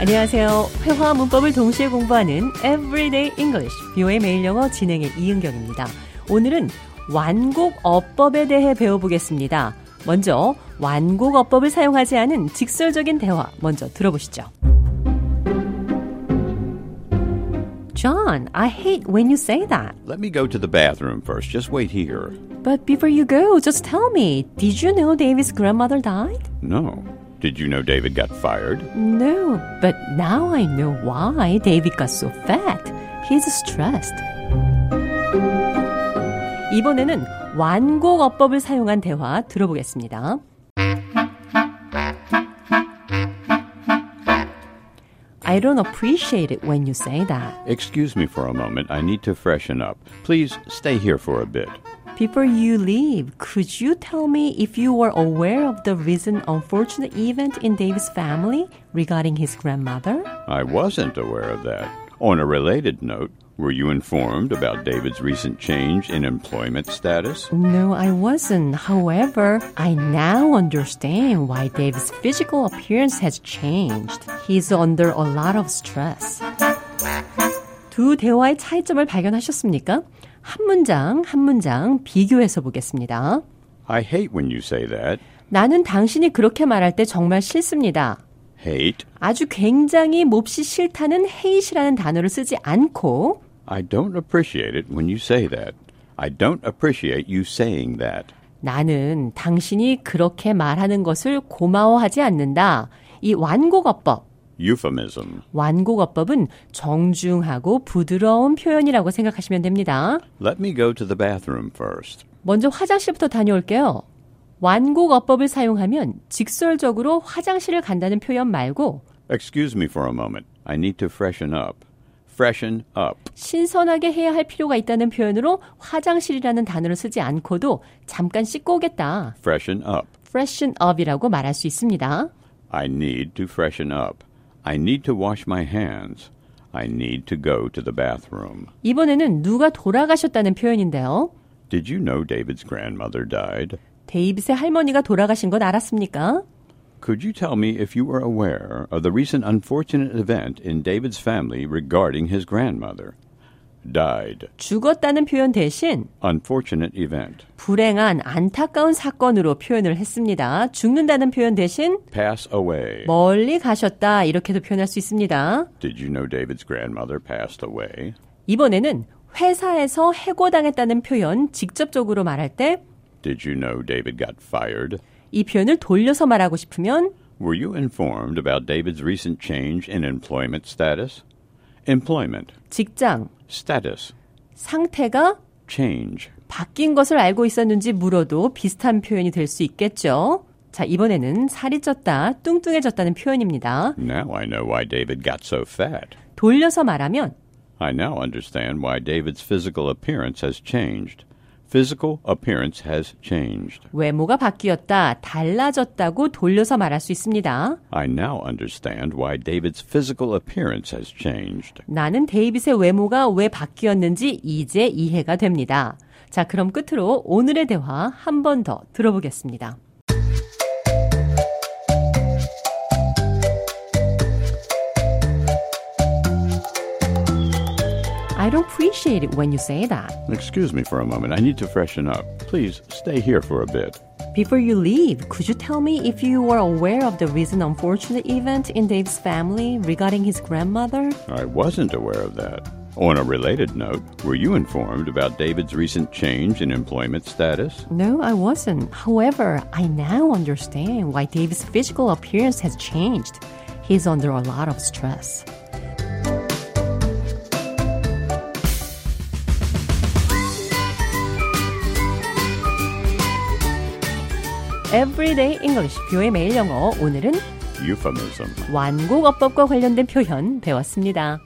안녕하세요. 회화와 문법을 동시에 공부하는 Everyday English, 뷰의 매일 영어 진행의 이은경입니다. 오늘은 완곡어법에 대해 배워보겠습니다. 먼저 완곡어법을 사용하지 않은 직설적인 대화 먼저 들어보시죠. John, I hate when you say that. Let me go to the bathroom first. Just wait here. But before you go, just tell me, did you know David's grandmother died? No. Did you know David got fired? No, but now I know why David got so fat. He's stressed. 이번에는 완곡어법을 사용한 대화 들어보겠습니다. I don't appreciate it when you say that. Excuse me for a moment. I need to freshen up. Please stay here for a bit. Before you leave, could you tell me if you were aware of the recent unfortunate event in David's family regarding his grandmother? I wasn't aware of that. On a related note, were you informed about David's recent change in employment status? No, I wasn't. However, I now understand why David's physical appearance has changed. He's under a lot of stress. 두 대화의 차이점을 발견하셨습니까? 한 문장, 한 문장 비교해서 보겠습니다. I hate when you say that. 나는 당신이 그렇게 말할 때 정말 싫습니다. Hate? 아주 굉장히 몹시 싫다는 헤이시라는 단어를 쓰지 않고 I don't appreciate it when you say that. I don't appreciate you saying that. 나는 당신이 그렇게 말하는 것을 고마워하지 않는다. 이 완곡어법. Euphemism. 완곡어법은 정중하고 부드러운 표현이라고 생각하시면 됩니다. Let me go to the bathroom first. 먼저 화장실부터 다녀올게요. 완곡어법을 사용하면 직설적으로 화장실을 간다는 표현 말고 Excuse me for a moment. I need to freshen up. Freshen up. 신선하게 해야 할 필요가 있다는 표현으로 화장실이라는 단어를 쓰지 않고도 잠깐 씻고 오겠다. Freshen up. freshen up이라고 말할 수 있습니다. I need to freshen up. I need to wash my hands. I need to go to the bathroom. 이번에는 누가 돌아가셨다는 표현인데요. Did you know David's grandmother died? 데이빗의 할머니가 돌아가신 건 알았습니까? Could you tell me if you were aware of the recent unfortunate event in David's family regarding his grandmother? Died. 죽었다는 표현 대신 Unfortunate event. 불행한 안타까운 사건으로 표현을 했습니다. 죽는다는 표현 대신 Pass away. 멀리 가셨다 이렇게도 표현할 수 있습니다. Did you know David's grandmother passed away? 이번에는 회사에서 해고당했다는 표현 직접적으로 말할 때 이 Did you know David got fired? 표현을 돌려서 말하고 싶으면 Were you informed about David's recent change in employment status? Employment, 직장, status, 상태가 change. 바뀐 것을 알고 있었는지 물어도 비슷한 표현이 될 수 있겠죠. 자, 이번에는 살이 쪘다, 뚱뚱해졌다는 표현입니다. Now I know why David got so fat. 돌려서 말하면 I now understand why David's physical appearance has changed. Physical appearance has changed. 외모가 바뀌었다, 달라졌다고 돌려서 말할 수 있습니다. I now understand why David's physical appearance has changed. 나는 데이빗의 외모가 왜 바뀌었는지 이제 이해가 됩니다. 자, 그럼 끝으로 오늘의 대화 한 번 더 들어보겠습니다. I don't appreciate it when you say that. Excuse me for a moment. I need to freshen up. Please stay here for a bit. Before you leave, could you tell me if you were aware of the recent unfortunate event in Dave's family regarding his grandmother? I wasn't aware of that. On a related note, were you informed about David's recent change in employment status? No, I wasn't. However, I now understand why Dave's physical appearance has changed. He's under a lot of stress. Everyday English, 뷰의 매일 영어. 오늘은 Euphemism. 완곡어법과 관련된 표현 배웠습니다.